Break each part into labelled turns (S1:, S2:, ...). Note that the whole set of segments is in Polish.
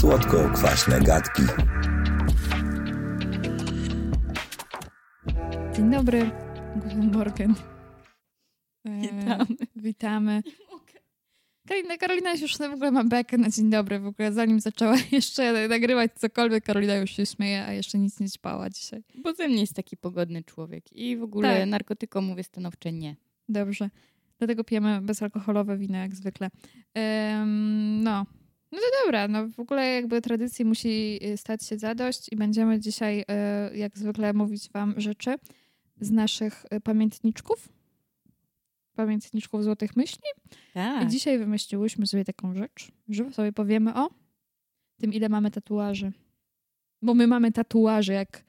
S1: Słodko-kwaśne gadki.
S2: Dzień dobry, Guten Morgen. E,
S3: Witamy.
S2: Witamy.
S3: mogę.
S2: Karolina, Karolina już w ogóle ma bekę na dzień dobry. W ogóle zanim zaczęła jeszcze nagrywać cokolwiek, Karolina już się śmieje, a jeszcze nic nie ćpała dzisiaj.
S3: Bo ze mnie jest taki pogodny człowiek i w ogóle
S2: Tak.
S3: narkotykom mówię stanowcze nie.
S2: Dobrze. Dlatego pijemy bezalkoholowe wina, jak zwykle. Em, no. No to dobra, no w ogóle jakby tradycji musi y, stać się zadość i będziemy dzisiaj, y, jak zwykle, mówić wam rzeczy z naszych y, pamiętniczków. Pamiętniczków Złotych Myśli. I
S3: Tak.
S2: dzisiaj wymyśliłyśmy sobie taką rzecz, że sobie powiemy o tym, ile mamy tatuaży. Bo my mamy tatuaże jak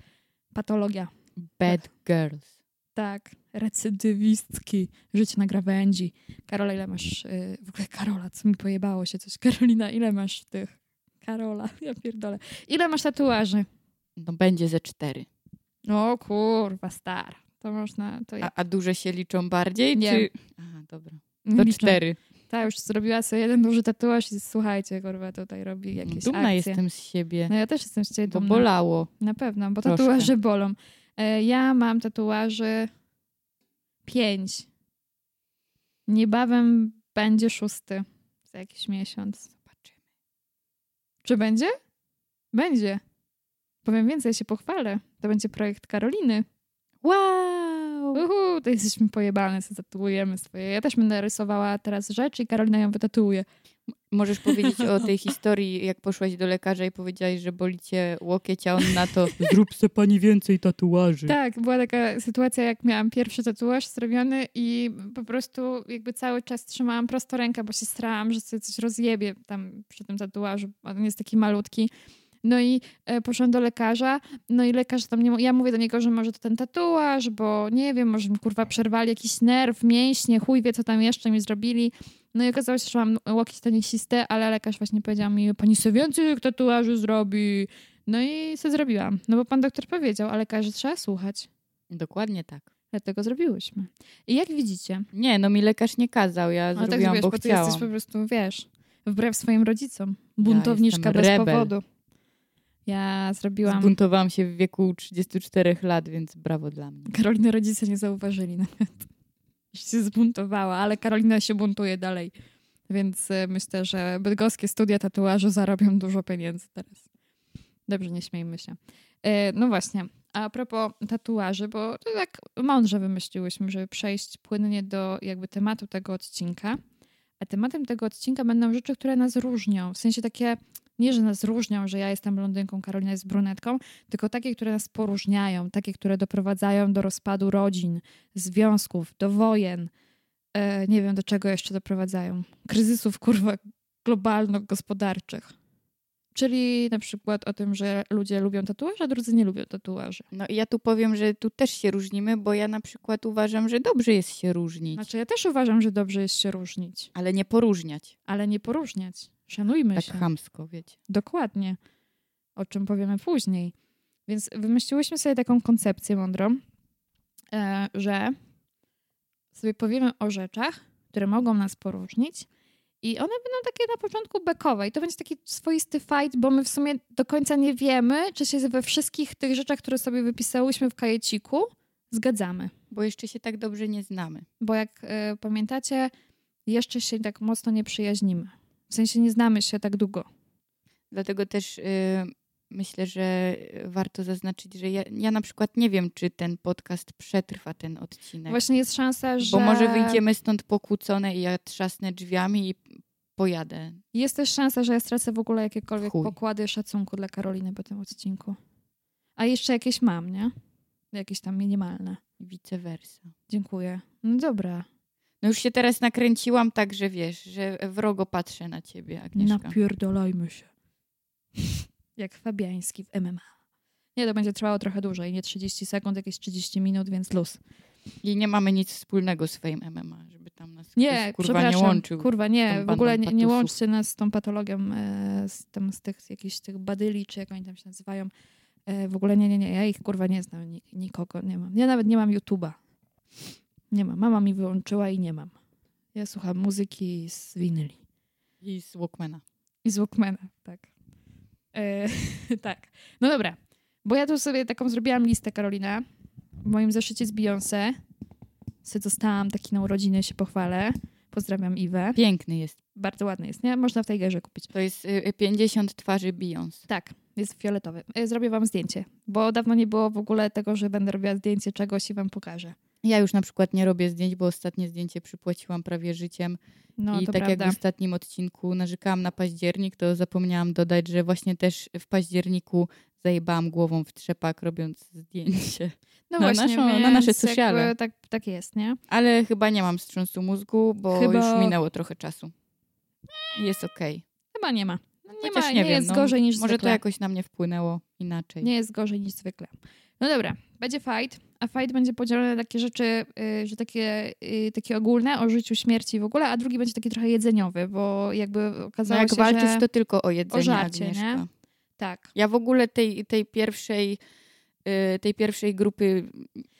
S2: patologia.
S3: Bad girls.
S2: Tak, recydywistki, życie na grawędzi. Karola, ile masz... Yy, w ogóle Karola, co mi pojebało się coś. Karolina, ile masz tych... Karola, ja pierdolę. Ile masz tatuaży?
S3: No będzie ze cztery.
S2: O kurwa, star. To można... To ja.
S3: A, a duże się liczą bardziej?
S2: Nie.
S3: Czy... Aha, dobra. To
S2: Liczę.
S3: cztery.
S2: Ta już zrobiła sobie jeden duży tatuaż i słuchajcie, kurwa, tutaj robi
S3: No,
S2: jakieś
S3: Dumna
S2: akcje.
S3: jestem z siebie.
S2: No ja też jestem z ciebie
S3: Bo
S2: dumna.
S3: bolało.
S2: Na pewno, bo
S3: Troszkę.
S2: tatuaże bolą. E, Ja mam tatuaży pięć. Niebawem będzie szósty. Za jakiś miesiąc.
S3: Zobaczymy.
S2: Czy będzie? Będzie. Powiem więcej, ja się pochwalę. To będzie projekt Karoliny.
S3: Wow!
S2: Uhu, to jesteśmy pojebane, sobie tatuujemy swoje. Ja też będę rysowała teraz rzecz i Karolina ją wytatuuje.
S3: Możesz powiedzieć o tej historii, jak poszłaś do lekarza i powiedziałaś, że boli cię łokieć, a on na to zrób se pani więcej tatuaży.
S2: Tak, była taka sytuacja, jak miałam pierwszy tatuaż zrobiony i po prostu jakby cały czas trzymałam prosto rękę, bo się strałam, że sobie coś rozjebie tam przy tym tatuażu, a on jest taki malutki. No i e, poszłam do lekarza, no i lekarz tam nie... mu- Ja mówię do niego, że może to ten tatuaż, bo nie wiem, może mi kurwa przerwali jakiś nerw, mięśnie, chuj wie co tam jeszcze mi zrobili. No i okazało się, że mam łokieć tenisisty, ale lekarz właśnie powiedział mi, pani sobie więcej tych tatuaży zrobi. No i co zrobiłam? No bo pan doktor powiedział, ale lekarze trzeba słuchać.
S3: Dokładnie tak.
S2: Dlatego zrobiłyśmy. I jak widzicie,
S3: Nie, no mi lekarz nie kazał, ja
S2: ale tak
S3: zrobiłam,
S2: zrobiłeś,
S3: bo
S2: bo ty
S3: chciałam.
S2: jesteś po prostu, wiesz, wbrew swoim rodzicom. Buntowniczka
S3: jestem
S2: bez
S3: rebel.
S2: powodu. Ja zrobiłam...
S3: Zbuntowałam się w wieku 34 lat, więc brawo dla mnie.
S2: Karoliny rodzice nie zauważyli nawet. Się zbuntowała, ale Karolina się buntuje dalej. Więc y, myślę, że bydgoskie studia tatuażu zarobią dużo pieniędzy teraz. Dobrze, nie śmiejmy się. E, No właśnie, a propos tatuaży, bo to tak mądrze wymyśliłyśmy, żeby przejść płynnie do jakby tematu tego odcinka. A tematem tego odcinka będą rzeczy, które nas różnią. W sensie takie, nie że nas różnią, że ja jestem blondynką, Karolina jest brunetką, tylko takie, które nas poróżniają, takie, które doprowadzają do rozpadu rodzin, związków, do wojen. E, nie wiem, do czego jeszcze doprowadzają. Kryzysów, kurwa, globalno-gospodarczych. Czyli na przykład o tym, że ludzie lubią tatuaże, a drudzy nie lubią tatuaży.
S3: No i ja tu powiem, że tu też się różnimy, bo ja na przykład uważam, że dobrze jest się różnić,
S2: Znaczy, ja też uważam, że dobrze jest się różnić,
S3: ale nie poróżniać.
S2: ale nie poróżniać. Szanujmy
S3: Tak
S2: się.
S3: chamsko, wiecie.
S2: Dokładnie. O czym powiemy później. Więc wymyśliłyśmy sobie taką koncepcję mądrą, e, że sobie powiemy o rzeczach, które mogą nas poróżnić i one będą takie na początku bekowe i to będzie taki swoisty fight, bo my w sumie do końca nie wiemy, czy się we wszystkich tych rzeczach, które sobie wypisałyśmy w kajeciku, zgadzamy.
S3: Bo jeszcze się tak dobrze nie znamy.
S2: Bo jak e, pamiętacie, jeszcze się tak mocno nie przyjaźnimy. W sensie nie znamy się tak długo.
S3: Dlatego też y, myślę, że warto zaznaczyć, że ja, ja na przykład nie wiem, czy ten podcast przetrwa ten odcinek.
S2: Właśnie jest szansa, że...
S3: Bo może wyjdziemy stąd pokłócone i ja trzasnę drzwiami i pojadę.
S2: Jest też szansa, że ja stracę w ogóle jakiekolwiek
S3: Chuj.
S2: pokłady szacunku dla Karoliny po tym odcinku. A jeszcze jakieś mam, nie? Jakieś tam minimalne.
S3: i Vice versa.
S2: Dziękuję. No dobra.
S3: No już się teraz nakręciłam tak, że wiesz, że wrogo patrzę na ciebie,
S2: No
S3: Agnieszka.
S2: Napierdolajmy się. Jak Fabiański w MMA. Nie, to będzie trwało trochę dłużej. Nie 30 sekund, jakieś 30 minut, więc luz.
S3: I nie mamy nic wspólnego z Fame MMA, żeby tam nas
S2: Nie,
S3: ktoś, kurwa nie
S2: przepraszam.
S3: łączył.
S2: Kurwa,
S3: tą
S2: nie. W
S3: bandą
S2: ogóle nie, nie
S3: patusów.
S2: łączcie nas z tą patologią e, z, tam, z tych jakichś tych badyli, czy jak oni tam się nazywają. E, w ogóle nie, nie, nie. Ja ich kurwa nie znam. Ni, nikogo nie mam. Ja nawet nie mam YouTube'a. Nie mam. Mama mi wyłączyła i nie mam. Ja słucham muzyki z winyli.
S3: I z Walkmana.
S2: I z Walkmana, tak. E, tak. No dobra. Bo ja tu sobie taką zrobiłam listę, Karolina. W moim zeszycie z Beyoncé. Se dostałam taki na urodziny, się pochwalę. Pozdrawiam Iwę.
S3: Piękny jest.
S2: Bardzo ładny jest, nie? Można w tej gerze kupić.
S3: To jest y, 50 twarzy Beyoncé.
S2: Tak, jest fioletowy. E, Zrobię wam zdjęcie, bo dawno nie było w ogóle tego, że będę robiła zdjęcie czegoś i wam pokażę.
S3: Ja już na przykład nie robię zdjęć, bo ostatnie zdjęcie przypłaciłam prawie życiem.
S2: No
S3: I
S2: to
S3: tak
S2: prawda.
S3: jak w ostatnim odcinku narzekałam na październik, to zapomniałam dodać, że właśnie też w październiku zajebałam głową w trzepak robiąc zdjęcie.
S2: No
S3: na
S2: właśnie,
S3: naszą- na
S2: więc
S3: nasze
S2: jakby
S3: sociale.
S2: Tak, tak jest, nie?
S3: Ale chyba nie mam wstrząsu mózgu, bo
S2: Chyba-
S3: już minęło trochę czasu. Jest okej.
S2: Chyba nie ma. No, nie
S3: Chociaż
S2: ma,
S3: nie,
S2: nie,
S3: wiem,
S2: jest
S3: no,
S2: gorzej niż
S3: Może
S2: zwykle.
S3: to jakoś na mnie wpłynęło inaczej.
S2: Nie jest gorzej niż zwykle. No dobra, będzie fight, a fight będzie podzielony na takie rzeczy, y, że takie, y, takie ogólne o życiu, śmierci w ogóle, a drugi będzie taki trochę jedzeniowy, bo jakby
S3: no
S2: okazało
S3: jak
S2: się,
S3: walczysz,
S2: że...
S3: to tylko o jedzenie,
S2: o żarcie, nie?
S3: Agnieszka.
S2: Tak.
S3: Ja w ogóle tej, tej pierwszej y, tej pierwszej grupy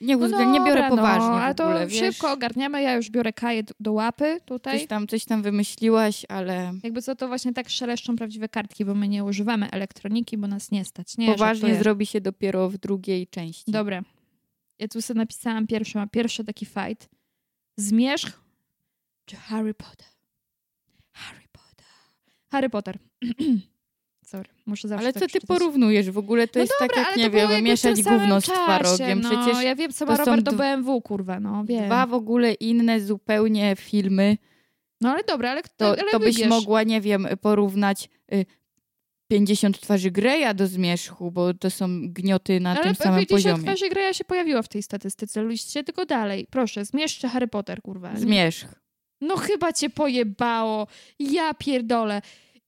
S3: nie, uzga- No nie biorę
S2: No dobra,
S3: poważnie
S2: No,
S3: w
S2: ale to
S3: ogóle, wiesz?
S2: szybko ogarniamy, ja już biorę kaję d- do łapy tutaj.
S3: Coś tam, coś tam wymyśliłaś, ale
S2: Jakby co, to właśnie tak szeleszczą prawdziwe kartki, bo my nie używamy elektroniki, bo nas nie stać. Nie,
S3: poważnie
S2: żartuję.
S3: zrobi się dopiero w drugiej części.
S2: Dobra. Ja tu sobie napisałam pierwszy, ma pierwszy taki fight. Zmierzch czy Harry Potter? Harry Potter. Harry Potter. Sorry, muszę zawsze
S3: ale
S2: tak
S3: co ty
S2: przeczytać.
S3: porównujesz? W ogóle to
S2: No
S3: jest
S2: Dobra, ale
S3: tak, jak
S2: to
S3: nie
S2: było
S3: wiem,
S2: jakby w
S3: mieszać
S2: tym samym
S3: gówno z
S2: czasie,
S3: twarogiem.
S2: No,
S3: Przecież
S2: ja wiem, co
S3: to
S2: ma
S3: są
S2: Robert do
S3: dw-
S2: BMW, kurwa, no wiem.
S3: dwa w ogóle inne zupełnie filmy.
S2: No ale dobra, ale kto,
S3: To,
S2: ale
S3: to byś
S2: wybierz.
S3: mogła, nie wiem, porównać y, 50 twarzy Greya do zmierzchu, bo to są gnioty na
S2: ale
S3: tym samym poziomie.
S2: twarzy Greya się pojawiła w tej statystyce, liście, tylko dalej. Proszę, zmieszczę Harry Potter, kurwa. Nie-
S3: Zmierzch.
S2: No chyba cię pojebało. Ja pierdolę.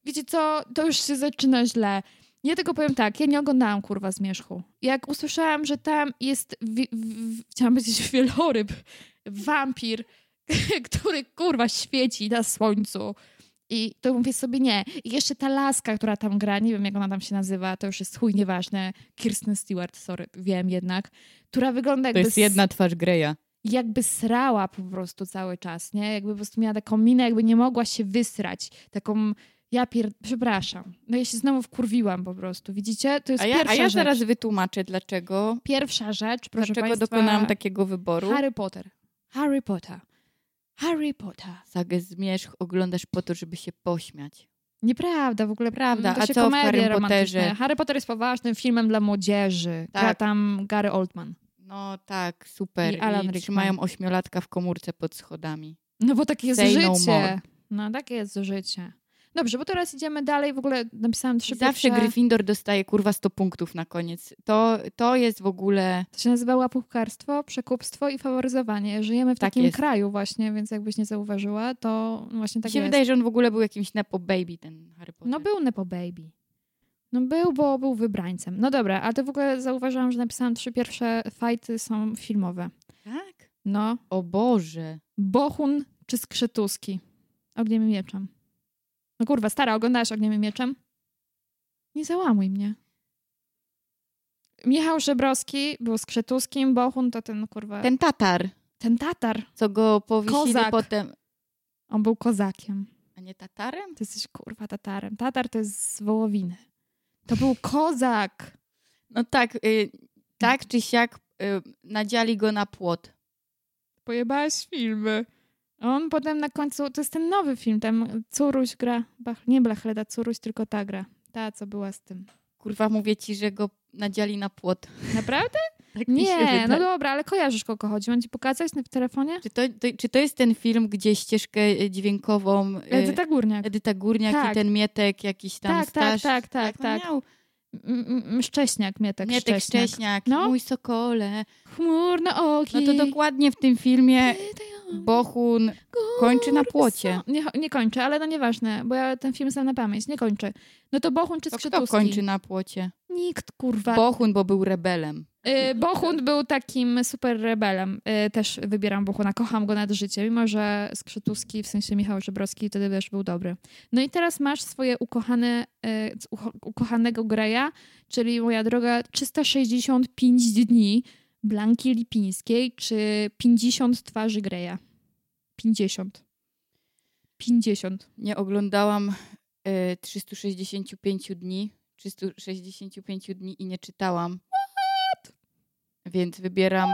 S2: Wiecie co, to już się zaczyna źle. Ja tylko powiem tak, ja nie oglądałam kurwa Zmierzchu. Jak usłyszałam, że tam jest, wi- w- chciałam powiedzieć wieloryb, wampir, który kurwa świeci na słońcu. I to mówię sobie nie. I jeszcze ta laska, która tam gra, nie wiem jak ona tam się nazywa, to już jest chuj nieważne. Kirsten Stewart, sorry, wiem jednak. Która wygląda
S3: To
S2: jakby...
S3: jest jedna twarz Greya.
S2: jakby srała po prostu cały czas, nie? Jakby po prostu miała taką minę, jakby nie mogła się wysrać. Taką, ja pier... przepraszam. No ja się znowu wkurwiłam po prostu, widzicie? To jest
S3: A ja,
S2: pierwsza
S3: a ja
S2: rzecz.
S3: zaraz wytłumaczę, dlaczego,
S2: Pierwsza rzecz, proszę
S3: dlaczego
S2: państwa.
S3: dokonałam takiego wyboru.
S2: Harry Potter. Harry Potter. Harry Potter.
S3: Sagę Zmierzch oglądasz po to, żeby się pośmiać.
S2: Nieprawda, w ogóle
S3: Prawda,
S2: To
S3: a
S2: się
S3: co w
S2: komedie
S3: Harrym
S2: romantyczne.
S3: Potterze?
S2: Harry Potter jest poważnym filmem dla młodzieży.
S3: Tak.
S2: Gra tam Gary Oldman.
S3: No tak, super.
S2: I Alan Rickman.
S3: trzymają ośmiolatka w komórce pod schodami.
S2: No bo takie jest
S3: Say no
S2: życie.
S3: more.
S2: No, takie jest życie. Dobrze, bo teraz idziemy dalej. W ogóle napisałam trzy
S3: I zawsze
S2: pierwsze...
S3: Gryffindor dostaje kurwa 100 punktów na koniec. To, to jest w ogóle...
S2: To się nazywa łapówkarstwo, przekupstwo i faworyzowanie. Żyjemy w
S3: Tak
S2: takim
S3: jest.
S2: kraju właśnie, więc jakbyś nie zauważyła, to właśnie
S3: Tak
S2: tak
S3: się
S2: jest.
S3: wydaje, że on w ogóle był jakimś nepo baby, ten Harry Potter.
S2: No był Nepo Baby. No był, bo był wybrańcem. No dobra, ale to w ogóle zauważyłam, że napisałam trzy pierwsze fajty są filmowe.
S3: Tak?
S2: No,
S3: O Boże.
S2: Bohun czy Skrzetuski? Ogniem i mieczem. No kurwa, stara, oglądasz Ogniem i mieczem? Nie załamuj mnie. Michał Żebrowski był Skrzetuskim, Bohun to ten kurwa... Ten,
S3: Ten Tatar,
S2: Tatar.
S3: co go powiesili
S2: Kozak.
S3: potem...
S2: On był kozakiem.
S3: A nie Tatarem?
S2: Ty jesteś kurwa Tatarem. Tatar to jest z Wołowiny. To był kozak.
S3: No tak, y, tak czy siak y, nadziali go na płot.
S2: Pojebałaś filmy. On potem na końcu, to jest ten nowy film, tam Curuś gra, Bach, nie Blachleda Curuś, tylko ta gra. Ta, co była z tym.
S3: Kurwa, mówię ci, że go nadziali na płot.
S2: Naprawdę?
S3: Tak mi się
S2: Nie,
S3: wydaje.
S2: no dobra, ale kojarzysz, kogo chodzi. Mam ci pokazać na- w telefonie?
S3: Czy to, to, czy to jest ten film, gdzie ścieżkę y, dźwiękową y,
S2: Edyta Górniak.
S3: Edyta Górniak
S2: Tak.
S3: i ten Mietek jakiś tam
S2: Tak, tak,
S3: Staś,
S2: tak, tak,
S3: jak on
S2: tak.
S3: Miał?
S2: M- m- Szcześniak, Mietek,
S3: Mietek
S2: Szcześniak. Szcześniak.
S3: Szcześniak,
S2: No.
S3: mój sokole.
S2: Chmurne oki.
S3: No to dokładnie w tym filmie Bohun kończy na płocie.
S2: Kurwa, Nie, nie kończę, ale no nieważne, bo ja ten film znam na pamięć. Nie kończę. No to Bohun czy
S3: To kto
S2: Skrzytuski?
S3: kończy na płocie?
S2: Nikt, kurwa.
S3: Bohun, bo był rebelem.
S2: Y, Bohun był takim super rebelem. Y, Też wybieram Bohuna, kocham go nad życie, mimo że Skrzytuski, w sensie Michał Żebrowski, wtedy też był dobry. No i teraz masz swoje ukochane, y, c- ucho- ukochanego Greja, czyli moja droga 365 dni Blanki Lipińskiej, czy 50 twarzy Greja. 50. 50.
S3: e, Nie oglądałam y, 365 dni, 365 dni i nie czytałam. Więc wybieram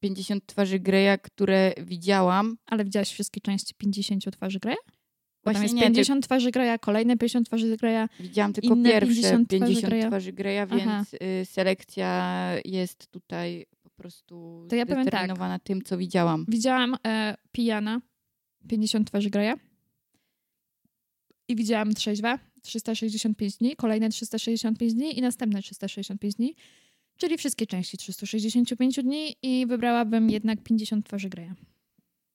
S3: 50 twarzy Greya, które widziałam.
S2: Ale widziałaś wszystkie części 50 twarzy Greya? Bo tam
S3: Właśnie
S2: jest
S3: nie,
S2: 50 twarzy Greya, kolejne 50 twarzy Greya.
S3: ty- widziałam tylko
S2: inne
S3: pierwsze
S2: 50
S3: 50,
S2: twarzy Greya.
S3: twarzy Greya,
S2: Aha.
S3: więc y, selekcja jest tutaj po prostu
S2: To ja powiem tak.
S3: zdeterminowana tym, co widziałam.
S2: Widziałam e, Pijana, 50 twarzy Greya. I widziałam Trzeźwa, 365 dni, kolejne 365 dni i następne 365 dni. Czyli wszystkie części 365 dni i wybrałabym jednak 50 twarzy Greya.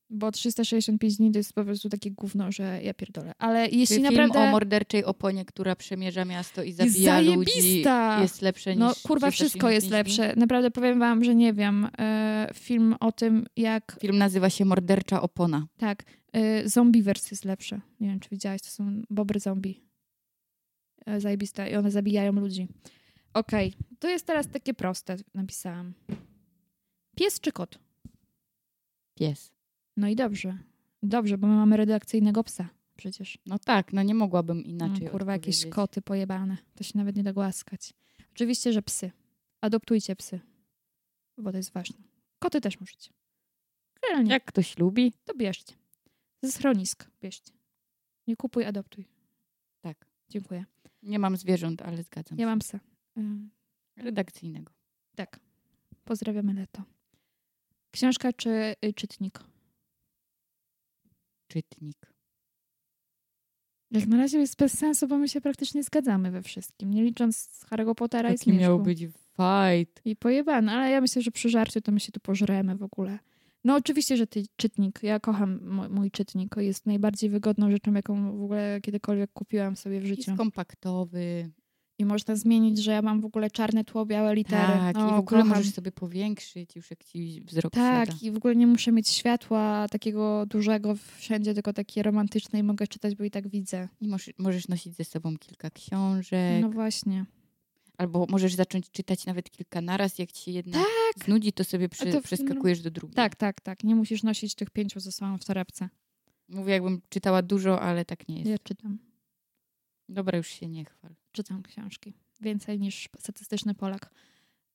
S2: Bo 365 dni to jest po prostu takie gówno, że ja pierdolę. Ale jeśli
S3: Czy
S2: naprawdę...
S3: film o morderczej oponie, która przemierza miasto i
S2: Jest
S3: zabija ludzi,
S2: zajebista!
S3: jest lepsze niż...
S2: No kurwa,
S3: 365
S2: wszystko jest
S3: dni?
S2: lepsze. Naprawdę powiem wam, że nie wiem. E, film o tym, jak
S3: Film nazywa się Mordercza opona.
S2: tak, e, Zombieverse jest lepsze. Nie wiem, czy widziałaś, to są bobry zombie. E, zajebiste. I one zabijają ludzi. Okej, to jest teraz takie proste, napisałam. Pies czy kot?
S3: Pies.
S2: No i dobrze. Dobrze, bo my mamy redakcyjnego psa przecież.
S3: No tak, no nie mogłabym inaczej
S2: No, kurwa, jakieś
S3: odpowiedzieć.
S2: koty pojebane. To się nawet nie da głaskać. Oczywiście, że psy. Adoptujcie psy. Bo to jest ważne. Koty też możecie. Generalnie,
S3: Jak ktoś lubi,
S2: to bierzcie. Ze schronisk bierzcie. Nie kupuj, adoptuj.
S3: tak.
S2: Dziękuję.
S3: Nie mam zwierząt, ale zgadzam
S2: Ja
S3: się.
S2: mam psa. Ym,
S3: Redakcyjnego.
S2: tak. Pozdrawiamy Leto. Książka czy y, czytnik?
S3: Czytnik.
S2: Jak na razie jest bez sensu, bo my się praktycznie zgadzamy we wszystkim. Nie licząc Harry'ego Pottera i
S3: Taki
S2: Śnieżku.
S3: miał być fight.
S2: I pojebane, ale ja myślę, że przy żarciu to my się tu pożremy w ogóle. No oczywiście, że ty czytnik, ja kocham mój, mój czytnik, jest najbardziej wygodną rzeczą, jaką w ogóle kiedykolwiek kupiłam sobie w życiu.
S3: Jest kompaktowy.
S2: I można zmienić, że ja mam w ogóle czarne tło, białe litery.
S3: Tak,
S2: No,
S3: i w ogóle
S2: kocham.
S3: możesz sobie powiększyć już jak ci wzrok
S2: Tak,
S3: siada.
S2: i w ogóle nie muszę mieć światła takiego dużego wszędzie, tylko takie romantyczne i mogę czytać, bo i tak widzę.
S3: I możesz, możesz nosić ze sobą kilka książek.
S2: No właśnie.
S3: Albo możesz zacząć czytać nawet kilka naraz. Jak ci się jedna znudzi, to sobie przy,
S2: Tak! A to w-
S3: przeskakujesz do drugiej.
S2: Tak, tak, tak. Nie musisz nosić tych pięciu ze sobą w torebce.
S3: Mówię, jakbym czytała dużo, ale tak nie jest.
S2: Ja czytam.
S3: Dobra, już się nie chwal.
S2: czytam książki. Więcej niż statystyczny Polak.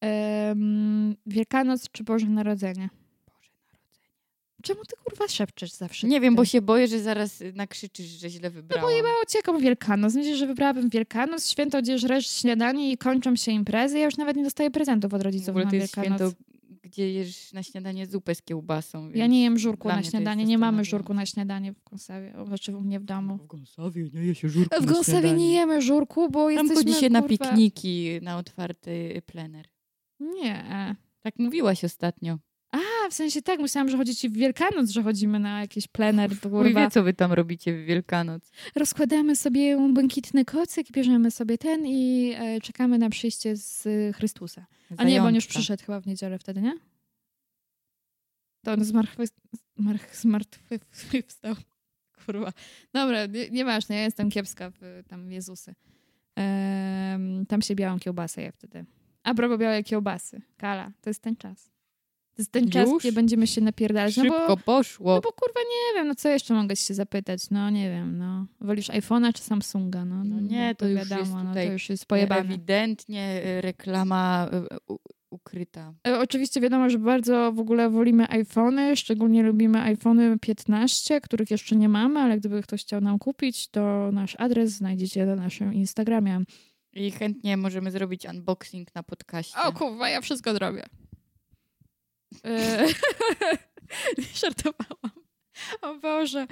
S2: Em, Wielkanoc czy Boże Narodzenie?
S3: Boże Narodzenie.
S2: Czemu ty kurwa szepczesz zawsze? tak No
S3: Nie wiem, bo
S2: Ten-
S3: się boję, że zaraz y, nakrzyczysz, że źle wybrałam.
S2: Mało ci jaką Wielkanoc. Myślę, że wybrałabym Wielkanoc, święto, gdzie żresz śniadanie i kończą się imprezy. Ja już nawet nie dostaję prezentów od
S3: w
S2: rodziców
S3: ogóle
S2: na
S3: to jest
S2: Wielkanoc.
S3: święto, gdzie jesz na śniadanie zupę z kiełbasą.
S2: Ja
S3: więc
S2: nie jem żurku
S3: dla
S2: na
S3: mnie to jest
S2: śniadanie. Nie mamy
S3: zastanawiające.
S2: żurku na śniadanie w Gąsawie. O, Znaczy u mnie w domu.
S3: W Gąsowie nie je się żurku
S2: W
S3: na
S2: Gąsawie
S3: śniadanie.
S2: nie jemy żurku, bo
S3: Tam
S2: jesteśmy...
S3: chodzi się na
S2: kurwa-
S3: pikniki, na otwarty plener.
S2: Nie.
S3: Tak mówiłaś ostatnio.
S2: A, w sensie tak, myślałam, że chodzi ci w Wielkanoc, że chodzimy na jakiś plener,
S3: Mój
S2: kurwa.
S3: wie, co wy tam robicie w Wielkanoc.
S2: rozkładamy sobie błękitny kocyk, bierzemy sobie ten i e, czekamy na przyjście z e, Chrystusa. A nie, bo on już
S3: Zajączka.
S2: przyszedł chyba w niedzielę wtedy, nie? To on zmartwy... zmarch- zmartwychwstał. Kurwa. Dobra, nie- nieważne, ja jestem kiepska w tam Jezusy. Em, tam się białą kiełbasę ja wtedy. A propos białej kiełbasy. Kala, to jest ten czas. To jest ten czas,
S3: Już?
S2: gdzie będziemy się napierdalać. No bo
S3: Szybko poszło.
S2: no bo kurwa nie wiem, no co jeszcze mogę ci się zapytać? No nie wiem, no. Wolisz iPhone'a czy Samsunga? No,
S3: No nie, to już jest
S2: no,
S3: tutaj
S2: to już jest pojebane.
S3: Ewidentnie y, reklama y, u- ukryta.
S2: E, Oczywiście wiadomo, że bardzo w ogóle wolimy iPhony, szczególnie lubimy iPhony 15, których jeszcze nie mamy, ale gdyby ktoś chciał nam kupić, to nasz adres znajdziecie na naszym Instagramie.
S3: I chętnie możemy zrobić unboxing na podcaście.
S2: kurwa, ja wszystko zrobię. E, Żartowałam. O Boże.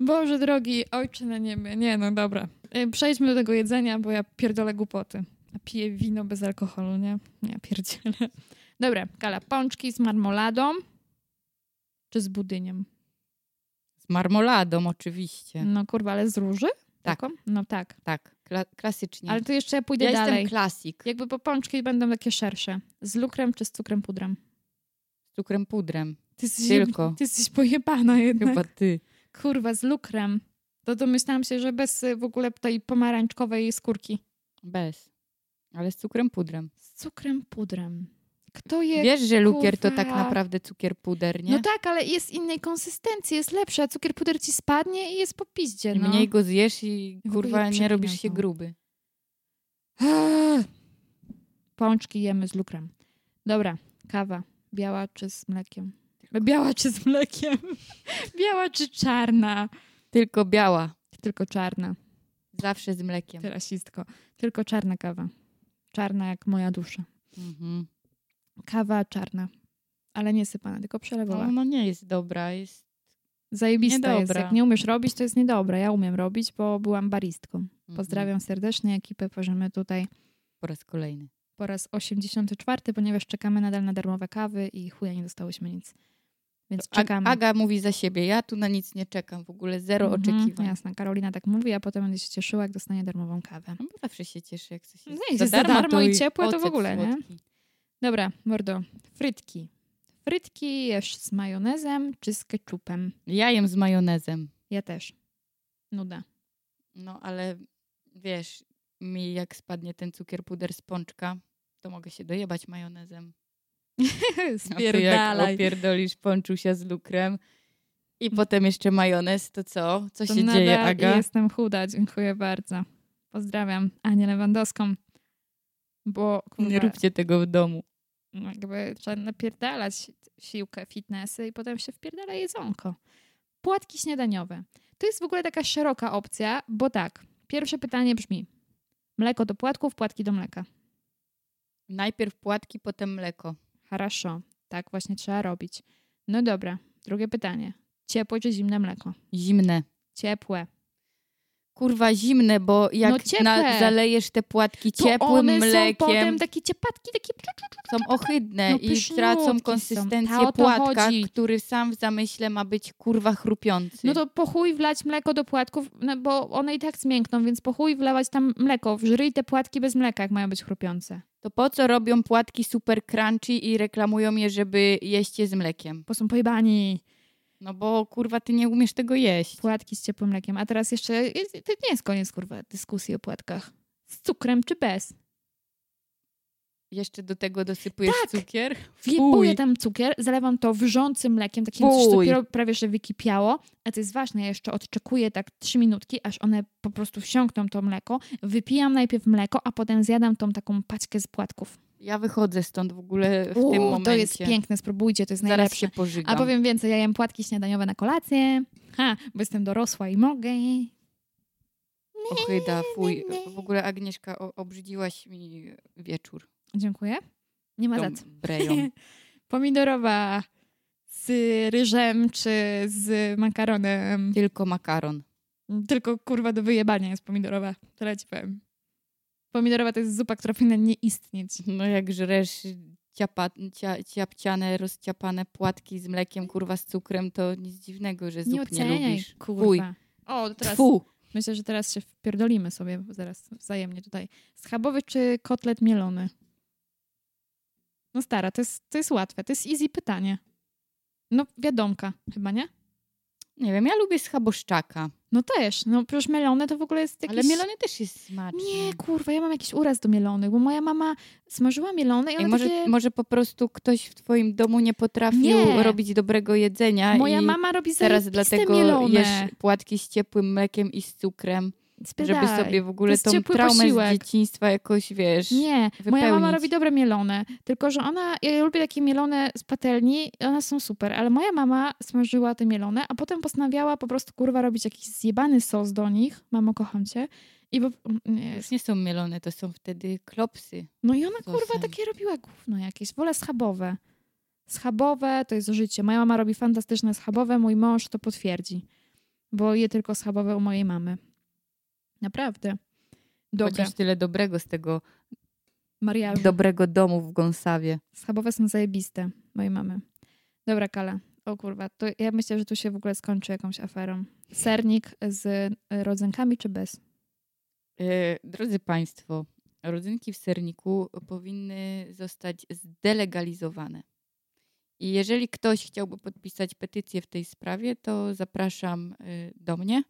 S2: Boże drogi, ojcze na niebie. Nie, no dobra. E, Przejdźmy do tego jedzenia, bo ja pierdolę głupoty. A piję wino bez alkoholu, nie? Ja pierdzielę. Dobra, kala. Pączki z marmoladą czy z budyniem?
S3: Z marmoladą oczywiście.
S2: No kurwa, ale z róży?
S3: Tak.
S2: Taką? No tak.
S3: Tak, kla klasycznie.
S2: Ale to jeszcze ja pójdę
S3: ja
S2: dalej.
S3: jestem klasik.
S2: Jakby po pączki będą takie szersze. Z lukrem czy z cukrem pudrem?
S3: Z cukrem pudrem.
S2: Ty jesteś,
S3: Tylko.
S2: Ty jesteś pojebana jednak.
S3: Chyba ty.
S2: Kurwa, z lukrem. To domyślałam się, że bez y, w ogóle tej pomarańczkowej skórki.
S3: Bez. Ale z cukrem pudrem.
S2: Z cukrem pudrem. Kto je...
S3: Wiesz, że lukier to
S2: kurwa.
S3: tak naprawdę cukier puder, nie?
S2: No tak, ale jest innej konsystencji, jest lepsza. Cukier puder ci spadnie i jest po piździe,
S3: Im
S2: no.
S3: mniej go zjesz i
S2: W ogóle
S3: kurwa nie
S2: przeklinam
S3: robisz się
S2: to.
S3: gruby.
S2: Pączki jemy z lukrem. Dobra, kawa. Biała czy z mlekiem? Biała czy z mlekiem? Biała czy czarna?
S3: Tylko biała.
S2: Tylko czarna.
S3: Zawsze z mlekiem.
S2: Rasistko. Tylko czarna kawa. Czarna jak moja dusza.
S3: Mhm.
S2: Kawa czarna. Ale nie sypana, tylko
S3: No,
S2: przelewowa.
S3: no nie jest dobra. Jest...
S2: Zajebista jest.
S3: niedobra.
S2: Jak nie umiesz robić, to jest niedobre. Ja umiem robić, bo byłam baristką.
S3: Mhm.
S2: Pozdrawiam serdecznie ekipę Pożymy tutaj
S3: Po raz kolejny.
S2: po raz 84, ponieważ czekamy nadal na darmowe kawy i chuja nie dostałyśmy nic. Więc
S3: A-
S2: czekamy.
S3: Aga mówi za siebie. Ja tu na nic nie czekam. W ogóle zero
S2: Mhm,
S3: oczekiwań.
S2: Jasne, Karolina tak mówi, a potem będzie się cieszyła, jak dostanie darmową kawę.
S3: No bo zawsze się cieszę, jak coś jest
S2: No jak jest za
S3: darmo,
S2: darmo
S3: to
S2: i ciepłe, to w
S3: ocet
S2: ogóle, nie?
S3: słodki.
S2: Dobra, mordo, frytki. Frytki jesz z majonezem czy z ketchupem?
S3: Ja jem z majonezem.
S2: Ja też. Nuda.
S3: No ale wiesz, mi jak spadnie ten cukier puder z pączka, to mogę się dojebać majonezem. A ty jak
S2: Spierdalaj. Mm.
S3: opierdolisz pączusia z lukrem i potem jeszcze majonez, to co? Co
S2: To
S3: się
S2: nadal
S3: dzieje, Aga?
S2: jestem chuda, dziękuję bardzo. Pozdrawiam Anię Lewandowską. Bo
S3: Nie
S2: kurwa,
S3: róbcie tego w domu.
S2: no jakby trzeba napierdalać siłkę, fitnessy i potem się wpierdala jedzonko. Płatki śniadaniowe. To jest w ogóle taka szeroka opcja, bo tak, pierwsze pytanie brzmi mleko do płatków, płatki do mleka.
S3: Najpierw płatki, potem mleko.
S2: Haraszo, tak właśnie trzeba robić. No dobra, drugie pytanie. Ciepłe czy zimne mleko?
S3: Zimne.
S2: Ciepłe.
S3: Kurwa, zimne, bo
S2: No,
S3: jak
S2: ciepłe.
S3: na, zalejesz te płatki
S2: To
S3: ciepłym
S2: one
S3: mlekiem,
S2: są potem tak, takie ciepatki, takie...
S3: są ohydne
S2: No,
S3: i
S2: pyszniutki
S3: tracą
S2: są. Ta o
S3: konsystencję
S2: to
S3: płatka,
S2: chodzi.
S3: który sam w zamyśle ma być kurwa chrupiący.
S2: No to po chuj wlać mleko do płatków, no bo one i tak zmiękną, więc po chuj wlewać tam mleko. Wżryj te płatki bez mleka, jak mają być chrupiące.
S3: To po co robią płatki super crunchy i reklamują je, żeby jeść je z mlekiem?
S2: Bo są pojebani.
S3: No bo kurwa, ty nie umiesz tego jeść.
S2: Płatki z ciepłym mlekiem. A teraz jeszcze, jest- to nie jest koniec, kurwa, dyskusji o płatkach. Z cukrem czy bez?
S3: Jeszcze do tego dosypujesz
S2: Tak.
S3: cukier?
S2: Wjebuję
S3: Fuj.
S2: tam cukier, zalewam to wrzącym mlekiem, takim
S3: Fuj.
S2: coś, co dopiero prawie że wykipiało. A to jest ważne, ja jeszcze odczekuję tak trzy minutki, aż one po prostu wsiąkną to mleko. Wypijam najpierw mleko, a potem zjadam tą taką paćkę z płatków.
S3: Ja wychodzę stąd w ogóle w
S2: Uuu,
S3: tym momencie.
S2: To jest piękne, spróbujcie, to jest
S3: Zaraz
S2: najlepsze.
S3: się pożygam.
S2: A powiem więcej, ja jem płatki śniadaniowe na kolację, ha, bo jestem dorosła i mogę.
S3: Ochyda, fuj.
S2: nie, nie.
S3: W ogóle Agnieszka, o, obrzydziłaś mi wieczór.
S2: Dziękuję. Nie ma za
S3: Tą
S2: co.
S3: breją.
S2: Pomidorowa z ryżem czy z makaronem.
S3: Tylko makaron.
S2: Tylko kurwa do wyjebania jest pomidorowa, tyle ci powiem. Pomidorowa to jest zupa, która powinna nie istnieć.
S3: No jak żresz ciapa, cia, ciapciane, rozciapane płatki z mlekiem, kurwa, z cukrem, to nic dziwnego, że zup
S2: Nie
S3: nie,
S2: oceniaj,
S3: lubisz. Fuj.
S2: kurwa. O, teraz
S3: Tfu.
S2: myślę, że teraz się wpierdolimy sobie zaraz wzajemnie tutaj. Schabowy czy kotlet mielony? No stara, to jest, to jest łatwe, to jest easy pytanie. No wiadomka, chyba nie?
S3: Nie wiem, ja lubię schaboszczaka,
S2: No też, no przecież mielone to w ogóle Tak jest jakieś...
S3: ale mielony znaczy. też jest smaczny.
S2: Nie, kurwa, ja mam jakiś uraz do mielonych, bo moja mama smażyła mielone i
S3: Ej,
S2: one
S3: może,
S2: takie...
S3: może po prostu ktoś w twoim domu nie potrafił
S2: Nie.
S3: robić dobrego jedzenia
S2: Moja
S3: i
S2: mama robi
S3: teraz
S2: zajebiste
S3: dlatego
S2: mielone.
S3: jesz płatki z ciepłym mlekiem i z cukrem, żeby
S2: Spierdalaj.
S3: sobie w ogóle
S2: jest
S3: tą
S2: ciepły
S3: traumę z
S2: posiłek.
S3: dzieciństwa jakoś, wiesz...
S2: Nie, moja mama
S3: wypełnić.
S2: robi dobre mielone, tylko że ona, ja lubię takie mielone z patelni, one są super, ale moja mama smażyła te mielone, a potem postanawiała po prostu, kurwa, robić jakiś zjebany sos do nich, mamo, kocham cię, i bo, mm, nie,
S3: Już nie są mielone, to są wtedy klopsy.
S2: no i ona,
S3: Sosem.
S2: kurwa, takie robiła gówno jakieś, wolę schabowe. Schabowe to jest życie, moja mama robi fantastyczne schabowe, mój mąż to potwierdzi, bo je tylko schabowe u mojej mamy. Naprawdę. Dobra,
S3: Chociaż tyle dobrego z tego
S2: mariażu.
S3: dobrego domu w Gąsawie.
S2: Schabowe są zajebiste, mojej mamy. Dobra, Kala. O kurwa, to ja myślę, że tu się w ogóle skończy jakąś aferą. Sernik z e, rodzynkami czy bez?
S3: E, Drodzy Państwo, rodzynki w serniku powinny zostać zdelegalizowane. I jeżeli ktoś chciałby podpisać petycję w tej sprawie, to zapraszam y, do mnie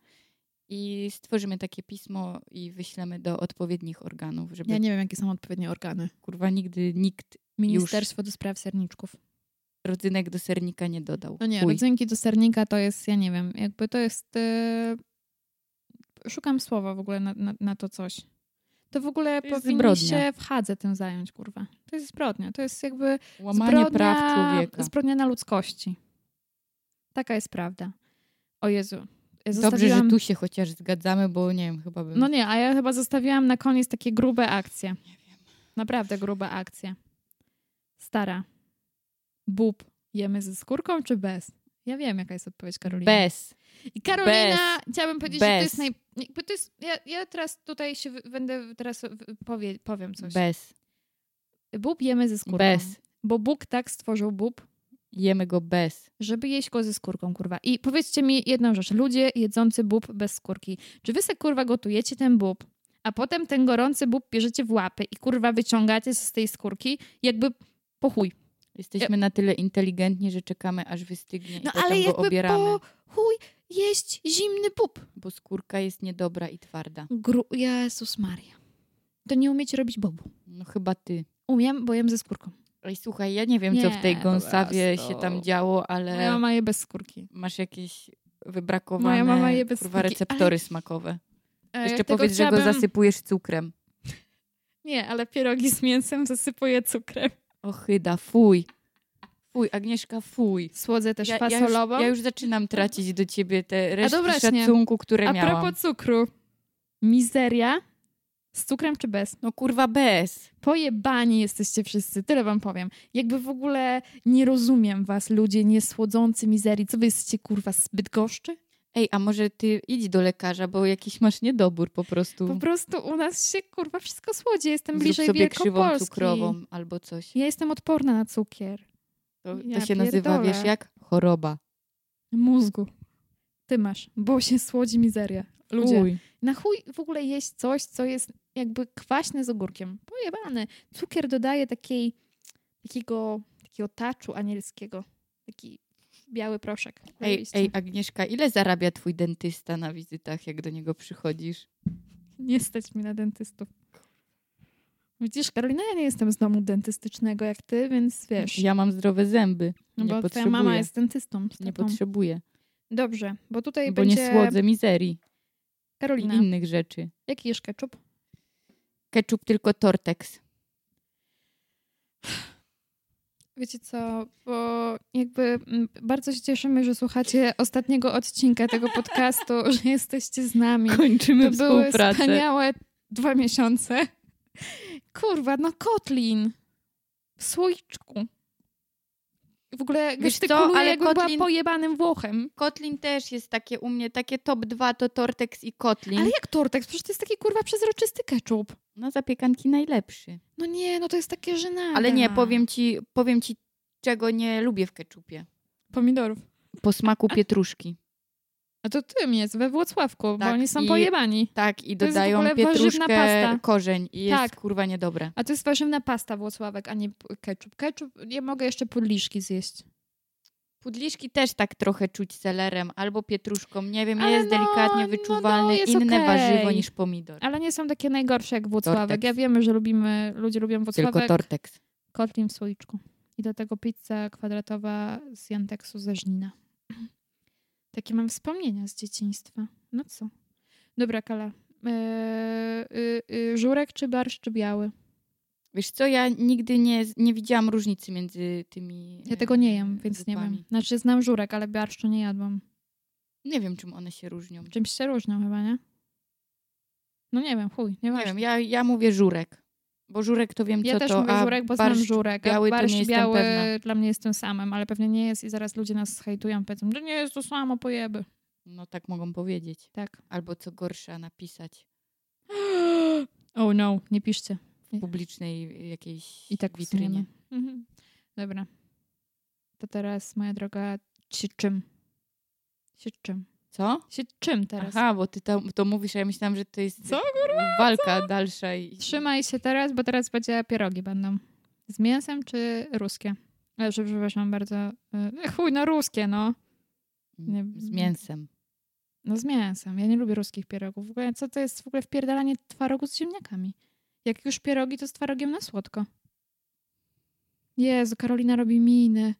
S3: i stworzymy takie pismo i wyślemy do odpowiednich organów, żeby
S2: Ja nie wiem, jakie są odpowiednie organy.
S3: kurwa nigdy nikt
S2: Ministerstwo do spraw serniczków.
S3: rodzynek do sernika nie dodał.
S2: No nie,
S3: Chuj.
S2: rodzynki do sernika to jest, ja nie wiem, jakby to jest... e, Szukam słowa w ogóle na, na, na to coś. To w ogóle
S3: To jest
S2: powinni
S3: zbrodnia.
S2: się w Hadze tym zająć, kurwa. To jest zbrodnia. To jest jakby
S3: Łamanie
S2: zbrodnia,
S3: praw człowieka.
S2: zbrodnia na ludzkości. Taka jest prawda. O Jezu. Ja
S3: Dobrze, że
S2: zostawiłam-
S3: tu się chociaż zgadzamy, bo nie wiem, chyba bym...
S2: No nie, a ja chyba zostawiłam na koniec takie grube akcje. Naprawdę grube akcje. Stara. Bób. Jemy ze skórką czy bez? Ja wiem, jaka jest odpowiedź Karoliny.
S3: Bez.
S2: I Karolina, chciałabym powiedzieć, że to
S3: Bez.
S2: jest naj... jakby To jest, ja, ja teraz tutaj się wy- będę, teraz w- powie, powiem coś.
S3: Bez.
S2: Bób jemy ze skórką.
S3: Bez.
S2: Bo Bóg tak stworzył bób,
S3: Jemy go bez.
S2: żeby jeść go ze skórką, kurwa. I powiedzcie mi jedną rzecz. Ludzie jedzący bób bez skórki. Czy wy se, kurwa, gotujecie ten bób, a potem ten gorący bób bierzecie w łapy i, kurwa, wyciągacie z tej skórki jakby po chuj.
S3: Jesteśmy na tyle inteligentni, że czekamy, aż wystygnie
S2: No
S3: i potem
S2: ale
S3: go
S2: jakby
S3: obieramy.
S2: po chuj jeść zimny bób.
S3: Bo skórka jest niedobra i twarda.
S2: Gru... Jezus Maria. To nie umiecie robić bobu.
S3: No chyba ty.
S2: Umiem, bo jem ze skórką.
S3: Ej, słuchaj, ja nie wiem, co
S2: Nie,
S3: w tej
S2: po
S3: gąsawie
S2: prostu.
S3: się tam działo, ale
S2: Moja mama je bez skórki.
S3: masz jakieś wybrakowane
S2: Moja mama je bez
S3: kurwa,
S2: skórki,
S3: receptory smakowe.
S2: E,
S3: Jeszcze
S2: jak tego
S3: powiedz, że go
S2: chciałabym-
S3: zasypujesz cukrem.
S2: Nie, ale pierogi z mięsem zasypuję cukrem.
S3: Ochyda, fuj. Fuj, Agnieszka, fuj.
S2: Słodzę też
S3: ja, ja, już,
S2: fasolową.
S3: ja już zaczynam tracić do ciebie te resztki
S2: dobra, śnie.
S3: szacunku, które
S2: A
S3: miałam.
S2: propos cukru. Mizeria z cukrem czy bez?
S3: No kurwa, bez.
S2: Pojebani jesteście wszyscy, tyle wam powiem. Jakby w ogóle nie rozumiem was, ludzie niesłodzący mizerii. Co wy jesteście, kurwa, zbyt goszczy?
S3: Ej, a może ty idź do lekarza, bo jakiś masz niedobór po prostu.
S2: Po prostu u nas się, kurwa, wszystko słodzi. Jestem
S3: Zrób
S2: bliżej
S3: sobie krzywą
S2: Wielkopolski.
S3: cukrową albo coś.
S2: Ja jestem odporna na cukier.
S3: To, to
S2: Ja
S3: się nazywa,
S2: pierdolę.
S3: wiesz jak? Choroba.
S2: Mózgu. Ty masz, bo się słodzi mizeria. Ludzie,
S3: Fuj.
S2: Na chuj w ogóle jeść coś, co jest jakby kwaśne z ogórkiem. Pojebane. Cukier dodaje takiej, takiego, takiego taczu anielskiego. Taki biały proszek.
S3: Ej,
S2: Zajebiście.
S3: ej, Agnieszka, ile zarabia twój dentysta na wizytach, jak do niego przychodzisz?
S2: Nie stać mi na dentystów. Widzisz, Karolina, ja nie jestem z domu dentystycznego jak ty, więc wiesz.
S3: Ja mam zdrowe zęby.
S2: no
S3: nie
S2: bo twoja
S3: potrzebuję.
S2: mama jest dentystą. stopą.
S3: Nie potrzebuję,
S2: Dobrze, bo tutaj
S3: bo
S2: będzie...
S3: nie słodzę mizerii i
S2: Karolina,
S3: innych rzeczy.
S2: jaki jesz ketchup?
S3: Ketchup tylko Tortex.
S2: Wiecie co, bo jakby mm, bardzo się cieszymy, że słuchacie ostatniego odcinka tego podcastu, że jesteście z nami.
S3: Kończymy
S2: To były
S3: współpracę.
S2: wspaniałe dwa miesiące. Kurwa, no Kotlin. W słoiczku. W ogóle
S3: Wiesz co,
S2: gestykuluję,
S3: ale
S2: jakby
S3: Kotlin-
S2: była pojebanym Włochem.
S3: Kotlin też jest takie u mnie, takie top dwa to Tortex i Kotlin.
S2: Ale jak tortek? Przecież to jest taki kurwa przezroczysty ketchup.
S3: No zapiekanki najlepszy.
S2: No nie, no to jest takie żenada.
S3: Ale nie, powiem ci, powiem ci, czego nie lubię w ketchupie.
S2: Pomidorów.
S3: Po smaku pietruszki.
S2: A to tym jest, we Włocławku, bo
S3: Tak,
S2: oni są
S3: i-
S2: pojebani.
S3: Tak, i
S2: To jest w
S3: dodają
S2: ogóle warzywna pasta.
S3: pietruszkę, korzeń i jest
S2: Tak.
S3: kurwa niedobre.
S2: A to jest warzywna pasta Włocławek, a nie p- ketchup. Ketchup, ja mogę jeszcze pudliszki zjeść.
S3: Pudliszki też tak trochę czuć selerem albo pietruszką. Nie wiem, nie
S2: Ale
S3: jest
S2: no,
S3: delikatnie
S2: no,
S3: wyczuwalny
S2: no, jest
S3: inne
S2: okej.
S3: warzywo niż pomidor.
S2: Ale nie są takie najgorsze jak Włocławek.
S3: Tortex.
S2: Ja wiemy, że lubimy, ludzie lubią Włocławek.
S3: Tylko tortex.
S2: Kotlin w słoiczku. I do tego pizza kwadratowa z Janteksu ze Żnina. Takie mam wspomnienia z dzieciństwa. No co? Dobra, Kala. Eee, y, y, żurek czy barszcz czy biały?
S3: Wiesz co, ja nigdy nie, nie widziałam różnicy między tymi
S2: Ja tego nie jem,
S3: e,
S2: więc nie
S3: zupami.
S2: wiem. Znaczy znam żurek, ale barszczu nie jadłam.
S3: Nie wiem, czym one się różnią.
S2: Czymś się różnią chyba, nie? No nie wiem, chuj,
S3: Nie
S2: nieważne.
S3: wiem, ja, ja mówię żurek. Bo żurek to wiem,
S2: Ja
S3: co
S2: też
S3: to,
S2: mówię
S3: a
S2: żurek, bo znam
S3: barszcz
S2: żurek.
S3: biały
S2: Biały,
S3: to
S2: a
S3: nie
S2: barszcz
S3: jestem
S2: biały
S3: pewna.
S2: dla mnie jest tym samym, ale pewnie nie jest i zaraz ludzie nas zhejtują, powiedzą, że nie jest to samo, pojeby.
S3: No tak mogą powiedzieć.
S2: Tak.
S3: Albo co gorsza, napisać
S2: Oh no, nie piszcie.
S3: w publicznej jakiejś
S2: I tak
S3: witrynie.
S2: witrynie. Mhm. Dobra. To teraz, moja droga, się czym? Się czym?
S3: Co?
S2: Się czym teraz?
S3: Aha, bo ty to, to mówisz, a ja myślałam, że to jest
S2: Co,
S3: walka dalsza. I...
S2: Trzymaj się teraz, bo teraz będzie pierogi będą. Z mięsem czy ruskie? E, że- Przepraszam bardzo. e, Chuj, no ruskie, no. Nie-
S3: Z mięsem.
S2: No z mięsem. Ja nie lubię ruskich pierogów. W ogóle co to jest w ogóle wpierdalanie twarogu z ziemniakami? Jak już pierogi, to z twarogiem na słodko. Jezu, Karolina robi miny.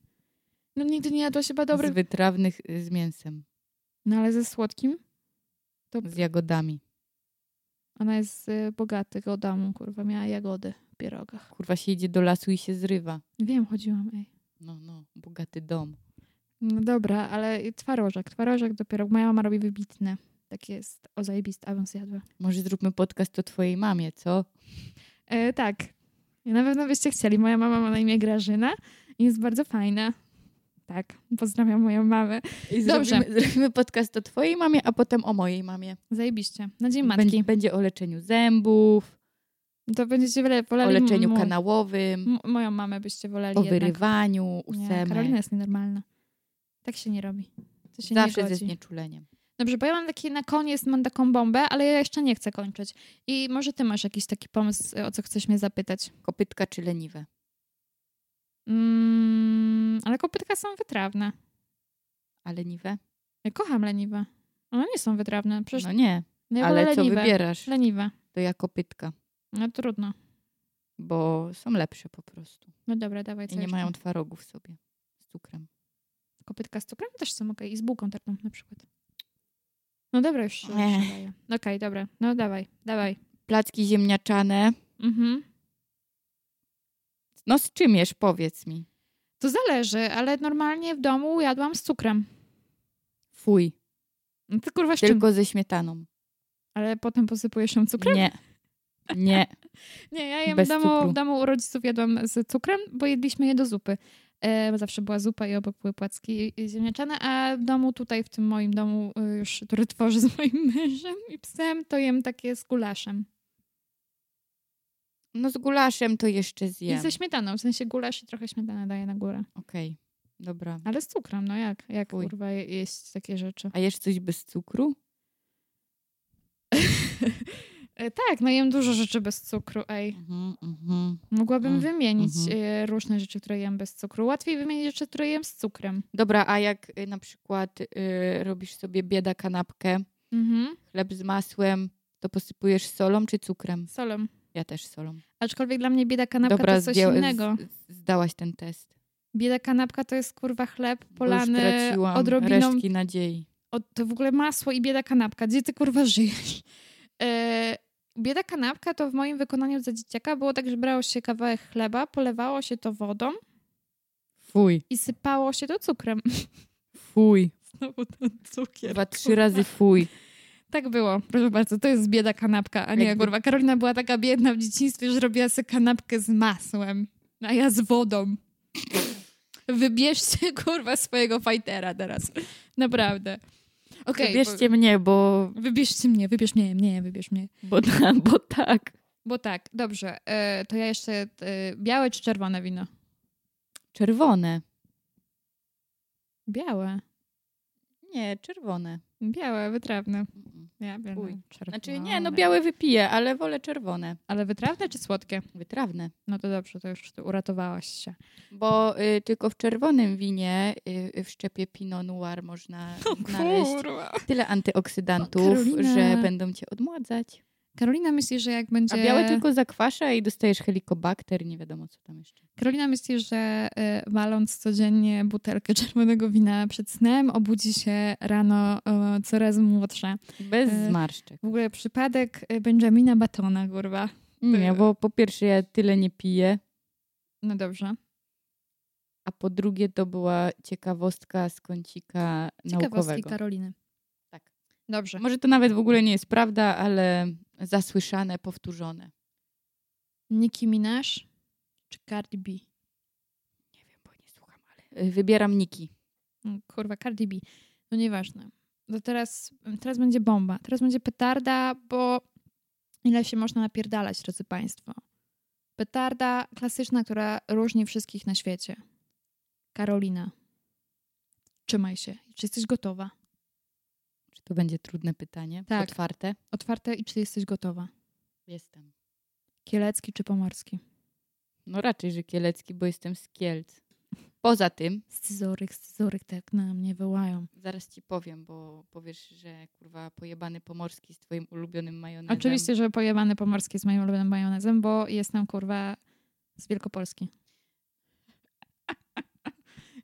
S2: No nigdy nie jadła chyba
S3: Dobry.
S2: dobrych...
S3: Z wytrawnych y, z mięsem,
S2: No ale ze słodkim?
S3: z jagodami.
S2: Ona jest z y, bogatego domu, kurwa, miała jagody w pierogach.
S3: Kurwa się idzie do lasu i się zrywa.
S2: Wiem, chodziłam, ej.
S3: No, no, bogaty dom.
S2: No dobra, ale i twarożek, twarożek dopiero. Moja mama robi wybitne. Tak jest, o zajebiste, awans jadła.
S3: Może zróbmy podcast o twojej mamie, co?
S2: E, tak, Ja na pewno byście chcieli. Moja mama ma na imię Grażyna i jest bardzo fajna. Tak, pozdrawiam moją mamę.
S3: I
S2: Dobrze.
S3: Zrobimy, zrobimy podcast o twojej mamie, a potem o mojej mamie.
S2: Zajebiście. Na Dzień Matki.
S3: Będzie, będzie o leczeniu zębów,
S2: To będziecie wyle- woleli
S3: o leczeniu
S2: mu-
S3: kanałowym,
S2: m- Moją mamę byście woleli
S3: o
S2: jednak.
S3: wyrywaniu
S2: Nie, Karolina
S3: ósemek.
S2: jest nienormalna. Tak się nie robi. To się nie
S3: Zawsze ze
S2: godzi.
S3: znieczuleniem.
S2: Dobrze, bo ja mam taki na koniec, mam taką bombę, ale ja jeszcze nie chcę kończyć. I może ty masz jakiś taki pomysł, o co chcesz mnie zapytać.
S3: Kopytka czy leniwe?
S2: Mm, ale kopytka są wytrawne.
S3: A leniwe?
S2: Ja kocham leniwe. One nie są wytrawne, przecież
S3: No nie,
S2: no, ja wolę
S3: ale co
S2: leniwe.
S3: wybierasz?
S2: Leniwe.
S3: To ja kopytka,
S2: No trudno.
S3: bo są lepsze po prostu.
S2: No dobra, dawaj, co
S3: I nie
S2: jeszcze?
S3: mają twarogów w sobie z cukrem.
S2: Kopytka z cukrem też są okej. I z bułką tartą na przykład. No dobra, już się
S3: Ech.
S2: daje. Okej, dobra. No dawaj, dawaj.
S3: Placki ziemniaczane.
S2: Mhm.
S3: No z czym jesz, powiedz mi.
S2: To zależy, ale normalnie w domu jadłam z cukrem.
S3: Fuj,
S2: No ty kurwa z czym?
S3: tylko ze śmietaną.
S2: Ale potem posypujesz ją cukrem?
S3: Nie. Nie.
S2: Nie, ja jem w
S3: Bez
S2: domu,
S3: cukru.
S2: w domu u rodziców jadłam z cukrem, bo jedliśmy je do zupy. E, bo zawsze była zupa i obok były płacki ziemniaczane, a w domu tutaj, w tym moim domu y, już, który tworzy z moim mężem i psem, to jem takie z gulaszem.
S3: No z gulaszem to jeszcze
S2: I
S3: zjem.
S2: ze śmietaną, w sensie gulasz i trochę śmietany daję na górę.
S3: Okej, dobra.
S2: Ale z cukrem, no jak, jak
S3: Uj.
S2: kurwa je- jeść takie rzeczy.
S3: A jesz coś bez cukru?
S2: E, tak, no jem dużo rzeczy bez cukru, ej.
S3: Mhm, mhm.
S2: Mogłabym
S3: Mm,
S2: wymienić
S3: mhm.
S2: e, różne rzeczy, które jem bez cukru. Łatwiej wymienić rzeczy, które jem z cukrem.
S3: Dobra, a jak y, na przykład y, robisz sobie bieda kanapkę,
S2: Mhm.
S3: chleb z masłem, to posypujesz solą czy cukrem?
S2: Solą.
S3: Ja też solą.
S2: Aczkolwiek dla mnie bieda kanapka
S3: Dobra,
S2: to jest coś
S3: zdjęła-
S2: innego.
S3: z- Zdałaś ten test.
S2: Bieda kanapka to jest kurwa chleb
S3: Bo
S2: polany
S3: już traciłam
S2: odrobiną.
S3: resztki nadziei.
S2: Od, to w ogóle masło i bieda kanapka. Gdzie ty kurwa żyjesz? E, bieda kanapka to w moim wykonaniu za dzieciaka było tak, że brało się kawałek chleba, polewało się to wodą
S3: Fuj,
S2: i sypało się to cukrem.
S3: fuj.
S2: Znowu ten cukier.
S3: Chyba trzy razy fuj.
S2: Tak było. Proszę bardzo, to jest bieda kanapka, a nie
S3: Jakby-
S2: kurwa. Karolina była taka biedna w dzieciństwie, że robiła sobie kanapkę z masłem, a ja z wodą. Wybierzcie kurwa swojego fajtera teraz. Naprawdę. Okej.
S3: Wybierzcie mnie, bo,
S2: bo- Wybierzcie mnie, wybierz mnie, mnie, wybierz mnie.
S3: bo, ta, bo tak.
S2: Bo tak, dobrze, e, to ja jeszcze e, białe czy czerwone wino?
S3: Czerwone.
S2: Białe.
S3: Nie, czerwone.
S2: Białe, wytrawne.
S3: Mm.
S2: Ja biorę
S3: Uj.
S2: czerwone.
S3: Znaczy nie, no białe wypiję, ale wolę czerwone.
S2: Ale wytrawne czy słodkie?
S3: Wytrawne.
S2: No to dobrze, to już ty uratowałaś się.
S3: Bo y, tylko w czerwonym winie y, w szczepie Pinot Noir można znaleźć tyle
S2: O,
S3: antyoksydantów,
S2: Karolina.
S3: że będą cię odmładzać.
S2: Karolina myśli, że jak
S3: A
S2: będzie.
S3: białe tylko zakwasza i dostajesz helikobakter, nie wiadomo co tam jeszcze.
S2: Karolina myśli, że y, waląc codziennie butelkę czerwonego wina przed snem, obudzi się rano y, coraz młodsza.
S3: Bez
S2: E,
S3: zmarszczek.
S2: W ogóle przypadek y, Benjamina Batona, kurwa.
S3: Nie, bo po pierwsze ja tyle nie piję,
S2: No dobrze.
S3: a po drugie to była ciekawostka z kącika
S2: Ciekawostki
S3: naukowego.
S2: Karoliny.
S3: Tak.
S2: Dobrze.
S3: Może to nawet w ogóle nie jest prawda, ale zasłyszane, powtórzone.
S2: Nicki Minaj czy Cardi B?
S3: Nie wiem, bo nie słucham, ale... e, Wybieram Niki.
S2: Mm, Kurwa, Cardi B. No nieważne. To teraz, teraz będzie bomba. Teraz będzie petarda, bo ile się można napierdalać, drodzy Państwo. Petarda klasyczna, która różni wszystkich na świecie. Karolina. Trzymaj się. Czy jesteś gotowa?
S3: Czy to będzie trudne pytanie?
S2: Tak.
S3: Otwarte?
S2: Otwarte i czy jesteś gotowa?
S3: Jestem.
S2: Kielecki czy pomorski?
S3: No raczej, że Kielecki, bo jestem z Kielc. Poza tym,
S2: Scyzoryk, scyzoryk, tak na mnie wołają.
S3: zaraz ci powiem, bo powiesz, że kurwa pojebany pomorski z twoim ulubionym majonezem.
S2: Oczywiście, że pojebane pomorskie jest moim ulubionym majonezem, bo jestem kurwa z Wielkopolski.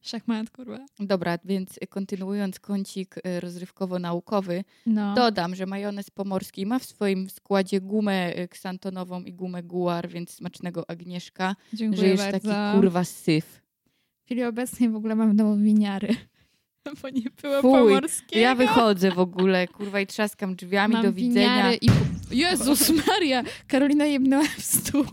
S2: Szachmat, kurwa.
S3: Dobra, więc kontynuując kącik e, rozrywkowo-naukowy,
S2: No.
S3: Dodam, że majonez pomorski ma w swoim składzie gumę y, ksantonową i gumę guar, więc smacznego Agnieszka,
S2: Dziękuję
S3: że jest
S2: bardzo.
S3: taki kurwa syf.
S2: W chwili obecnej w ogóle mam w domu winiary. Bo nie było
S3: Fuj,
S2: pomorskiego.
S3: Ja wychodzę w ogóle, kurwa, i trzaskam drzwiami,
S2: mam
S3: do widzenia.
S2: winiary i... Jezus Maria! Karolina jebnęła w stół.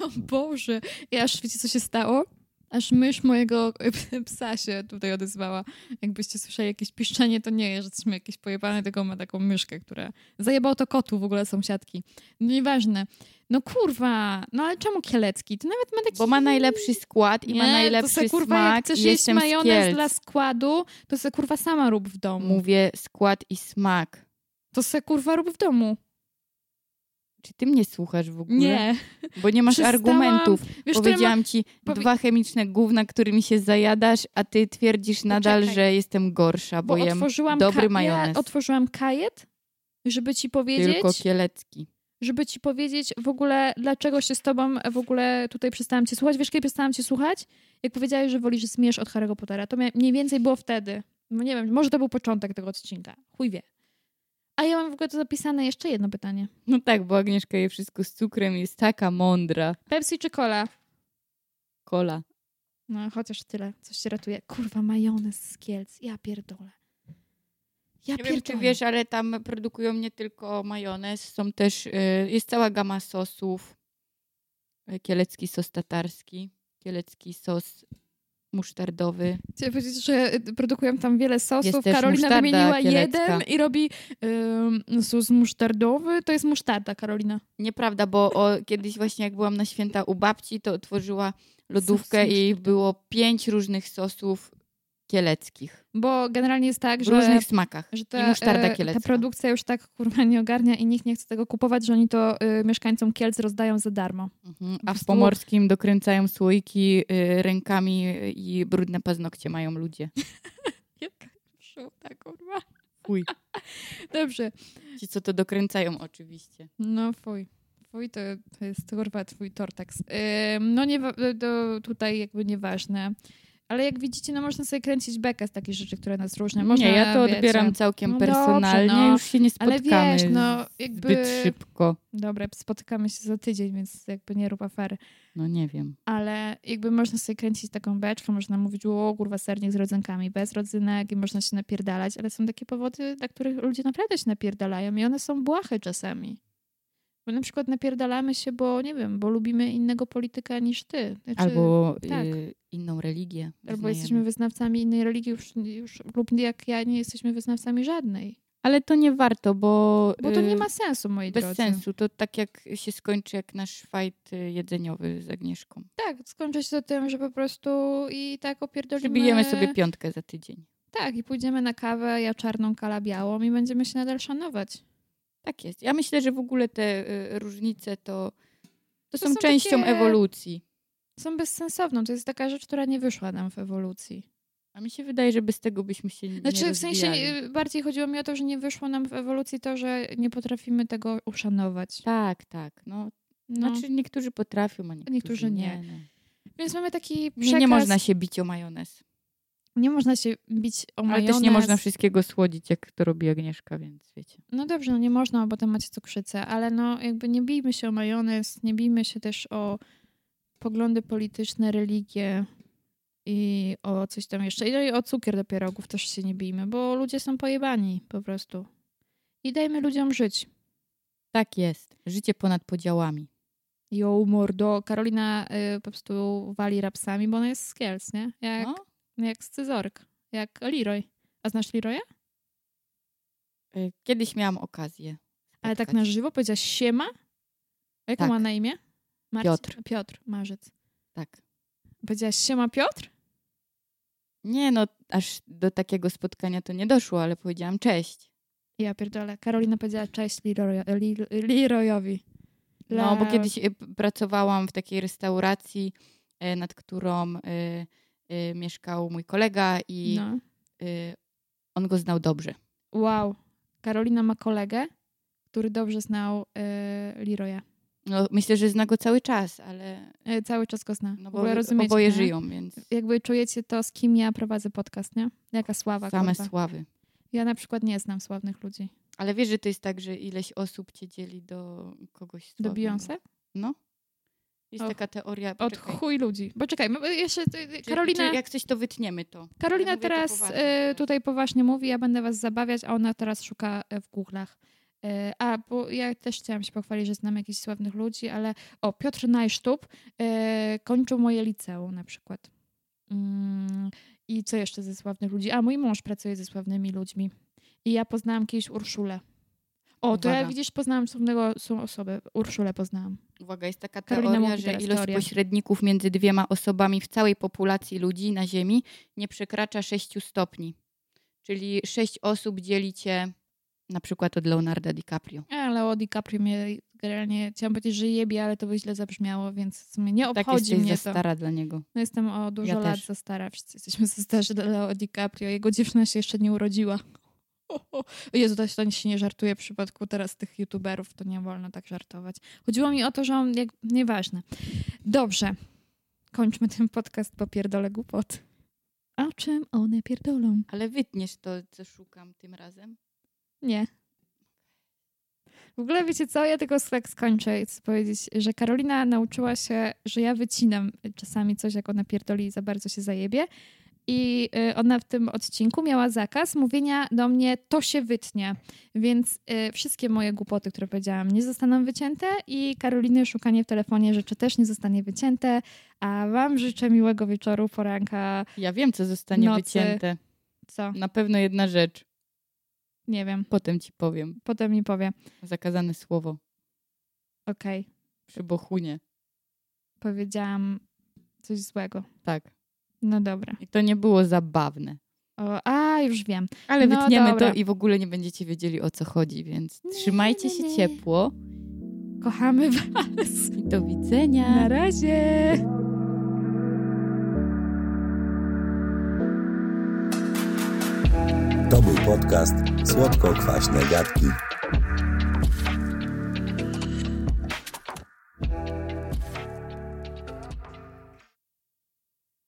S2: O Boże. I aż wiecie, co się stało? Aż mysz mojego psa się tutaj odezwała. Jakbyście słyszeli jakieś piszczenie, to nie jest, że jesteśmy jakieś pojebane, tylko ma taką myszkę, która... Zajebał to kotu w ogóle sąsiadki. No nieważne. No kurwa, no ale czemu Kielecki? To nawet ma taki...
S3: Bo ma najlepszy skład i ma
S2: Nie,
S3: najlepszy
S2: to se, kurwa,
S3: smak.
S2: jak chcesz
S3: i
S2: jeść
S3: jestem z
S2: majonez
S3: Kielc.
S2: dla składu, to se kurwa sama rób w domu.
S3: Mówię skład i smak.
S2: To se kurwa rób w domu.
S3: Czy ty mnie słuchasz w ogóle?
S2: Nie.
S3: Bo nie masz
S2: Przestałam.
S3: argumentów.
S2: Wiesz, które ma...
S3: Powiedziałam ci
S2: powie-
S3: dwa chemiczne gówna, którymi się zajadasz, a ty twierdzisz nadal,
S2: Poczekaj.
S3: że jestem gorsza, bo,
S2: bo
S3: jem
S2: otworzyłam
S3: dobry
S2: ka-
S3: majonez.
S2: Ja otworzyłam kajet, żeby ci powiedzieć,
S3: tylko kielecki.
S2: żeby ci powiedzieć w ogóle, dlaczego się z tobą w ogóle tutaj przestałam cię słuchać. Wiesz, kiedy przestałam cię słuchać? Jak powiedziałeś, że wolisz zmierz od Harry'ego Pottera. To mia- mniej więcej było wtedy. No nie wiem, może to był początek tego odcinka. Chuj wie. A ja mam w ogóle to zapisane jeszcze jedno pytanie.
S3: No tak, bo Agnieszka je wszystko z cukrem, jest taka mądra.
S2: Pepsi czy cola?
S3: Kola.
S2: No, chociaż tyle. Coś się ratuje. Kurwa, majonez z Kielc. Ja pierdolę. Ja
S3: Nie
S2: pierdolę.
S3: wiem, czy wiesz, ale tam produkują nie tylko majonez, są też, y, jest cała gama sosów. Y, Kielecki sos tatarski, kielecki sos musztardowy.
S2: Chciałam powiedzieć, że y, produkują tam wiele sosów.
S3: Jest też
S2: Karolina
S3: musztarda
S2: wymieniła
S3: kielecka.
S2: jeden i robi ym, sos musztardowy. To jest musztarda, Karolina.
S3: Nieprawda, bo o, kiedyś właśnie jak byłam na święta u babci, to otworzyła lodówkę
S2: Sos
S3: i było pięć różnych sosów kieleckich.
S2: Bo generalnie jest tak,
S3: W
S2: że,
S3: różnych smakach.
S2: że
S3: I
S2: ta,
S3: musztarda
S2: e, ta
S3: kielecka.
S2: produkcja już tak kurwa nie ogarnia i nikt nie chce tego kupować, że oni to y, mieszkańcom Kielc rozdają za darmo.
S3: Mhm,
S2: Po
S3: A w
S2: prostu-
S3: Pomorskim dokręcają słoiki y, rękami i brudne paznokcie mają ludzie.
S2: Jaka żółta, kurwa.
S3: Fuj.
S2: Dobrze.
S3: Ci, co to dokręcają oczywiście.
S2: No fuj. Fuj, to, to jest kurwa twój torteks. Ym, no nie, wa- to tutaj jakby nieważne. Ale jak widzicie, no można sobie kręcić bekę z takich rzeczy, które nas różnią. Można,
S3: nie, ja to
S2: wiecie.
S3: odbieram całkiem
S2: No dobrze,
S3: personalnie.
S2: no.
S3: Już się nie spotkamy
S2: Ale wiesz, no jakby...
S3: zbyt szybko.
S2: Dobra, spotykamy się za tydzień, więc jakby nie rób afery.
S3: No nie wiem.
S2: Ale jakby można sobie kręcić taką beczkę, można mówić, o kurwa, sernik z rodzynkami, bez rodzynek i można się napierdalać, ale są takie powody, dla których ludzie naprawdę się napierdalają i one są błahe czasami. Bo na przykład napierdalamy się, bo nie wiem, bo lubimy innego polityka niż ty. Znaczy,
S3: Albo
S2: tak.
S3: y, inną religię.
S2: albo
S3: wyznajemy.
S2: jesteśmy wyznawcami innej religii już, już lub jak ja nie jesteśmy wyznawcami żadnej.
S3: Ale to nie warto, bo.
S2: Bo to
S3: y,
S2: nie ma sensu, moi
S3: Bez
S2: drodzy.
S3: sensu. To tak jak się skończy, jak nasz fajt y, jedzeniowy z Agnieszką.
S2: Tak, skończy się to tym, że po prostu i tak opierdolimy...
S3: Przybijemy sobie piątkę za tydzień.
S2: Tak, i pójdziemy na kawę, ja czarną, kala białą i będziemy się nadal szanować.
S3: Tak jest. Ja myślę, że w ogóle te y, różnice to,
S2: To
S3: to, są,
S2: są
S3: częścią
S2: takie-
S3: ewolucji.
S2: Są bezsensowne, to jest taka rzecz, która nie wyszła nam w ewolucji.
S3: A mi się wydaje, że bez tego byśmy się nie
S2: Znaczy, w sensie
S3: rozwijali.
S2: y, bardziej chodziło mi o to, że nie wyszło nam w ewolucji to, że nie potrafimy tego uszanować.
S3: Tak, tak. No,
S2: No.
S3: Znaczy niektórzy potrafią, a niektórzy,
S2: Niektórzy nie.
S3: no.
S2: Więc mamy taki przekaz.
S3: Nie, nie można się bić o majonez.
S2: nie można się bić o
S3: Ale
S2: majonez.
S3: też nie można wszystkiego słodzić, jak to robi Agnieszka, więc wiecie.
S2: No dobrze, no nie można, bo tam macie cukrzycę, ale no jakby nie bijmy się o majonez, nie bijmy się też o poglądy polityczne, religie i o coś tam jeszcze. No i o cukier do pierogów też się nie bijmy, bo ludzie są pojebani po prostu. I dajmy ludziom żyć.
S3: Tak jest. Życie ponad podziałami.
S2: Jo, mordo. Karolina y, po prostu wali rapsami, bo ona jest z Kielc, nie? Jak,
S3: No.
S2: jak scyzork, jak Leroy. A znasz Leroya?
S3: Y, Kiedyś miałam okazję.
S2: Ale tak
S3: spotkać.
S2: na żywo powiedziałaś siema? A jaką
S3: Tak.
S2: ma na imię? Marcin?
S3: Piotr.
S2: Piotr, marzec.
S3: Tak.
S2: Powiedziałaś siema Piotr?
S3: Nie, no aż do takiego spotkania to nie doszło, ale powiedziałam cześć.
S2: Ja pierdolę. Karolina powiedziała cześć Leroyo- Lil- Leroyowi.
S3: No, bo
S2: Le-
S3: kiedyś y, p- pracowałam w takiej restauracji, y, nad którą y, y, mieszkał mój kolega i
S2: No.
S3: y, on go znał dobrze.
S2: Wow. Karolina ma kolegę, który dobrze znał e, Leroya.
S3: No, myślę, że zna go cały czas, ale
S2: E, Cały czas go zna.
S3: no
S2: w ogóle
S3: bo
S2: rozumiecie,
S3: oboje
S2: nie?
S3: żyją, więc
S2: Jakby czujecie to, z kim ja prowadzę podcast, nie? Jaka sława,
S3: same
S2: kurwa.
S3: sławy.
S2: Ja na przykład nie znam sławnych ludzi.
S3: Ale wiesz, że to jest tak, że ileś osób cię dzieli do kogoś
S2: Do
S3: słabego.
S2: Beyoncé?
S3: No. Jest
S2: Och.
S3: taka teoria.
S2: Od
S3: poczekaj.
S2: chuj ludzi. Bo czekaj, my- ja się,
S3: Czy-
S2: Karolina,
S3: Czy jak coś to wytniemy to.
S2: Karolina
S3: Ale mówię to
S2: teraz
S3: poważnie,
S2: e,
S3: teraz.
S2: tutaj poważnie mówi, ja będę was zabawiać, a ona teraz szuka e, w Google'ach. E, a, bo ja też chciałam się pochwalić, że znam jakichś sławnych ludzi, ale o, Piotr Najsztub e, kończył moje liceum na przykład. Mm, I co jeszcze ze sławnych ludzi? A, mój mąż pracuje ze sławnymi ludźmi. I ja poznałam kiedyś Urszulę. O, to ja
S3: Uwaga.
S2: widzisz, poznałam sławnego są osobę. Urszulę poznałam.
S3: Uwaga, jest taka
S2: Karolina
S3: teoria,
S2: mówi
S3: że
S2: teraz
S3: ilość
S2: teorię.
S3: pośredników między dwiema osobami w całej populacji ludzi na Ziemi nie przekracza 6 stopni. Czyli 6 osób dzieli cię na przykład od Leonarda DiCaprio.
S2: Ale o DiCaprio mnie generalnie chciałam powiedzieć, że jebie, ale to by źle zabrzmiało, więc w sumie nie
S3: tak
S2: obchodzi
S3: jesteś
S2: mnie
S3: za
S2: to.
S3: stara dla niego.
S2: No jestem o dużo
S3: Ja
S2: lat
S3: też.
S2: za stara. Wszyscy jesteśmy za starzy dla Leo DiCaprio. Jego dziewczyna się jeszcze nie urodziła. O, o. Jezu, to się- to się nie żartuje w przypadku teraz tych youtuberów. To nie wolno tak żartować. Chodziło mi o to, że on... Jak... Nieważne. Dobrze. Kończmy ten podcast, bo pierdolę głupot. O czym one pierdolą?
S3: Ale wytniesz to, co szukam tym razem.
S2: Nie. W ogóle wiecie co, ja tylko tak skończę i chcę powiedzieć, że Karolina nauczyła się, że ja wycinam czasami coś, jak ona pierdoli i za bardzo się zajebie. I y, ona w tym odcinku miała zakaz mówienia do mnie, to się wytnie. Więc y, wszystkie moje głupoty, które powiedziałam, nie zostaną wycięte i Karoliny szukanie w telefonie rzeczy też nie zostanie wycięte. A wam życzę miłego wieczoru, poranka,
S3: Ja wiem, co zostanie
S2: Nocy.
S3: wycięte.
S2: co?
S3: Na pewno jedna rzecz.
S2: Nie wiem.
S3: Potem ci powiem.
S2: Potem mi powie.
S3: Zakazane słowo.
S2: Okej,
S3: Przy bochunie.
S2: powiedziałam coś złego.
S3: Tak.
S2: No dobra.
S3: I to nie było zabawne.
S2: O, a, już wiem.
S3: Ale
S2: No
S3: wytniemy
S2: dobra.
S3: to i w ogóle nie będziecie wiedzieli o co chodzi, więc
S2: Nie,
S3: trzymajcie
S2: nie,
S3: się
S2: nie.
S3: ciepło
S2: Kochamy Was.
S3: i do widzenia.
S2: Na razie.
S1: To był podcast Słodko-kwaśne gadki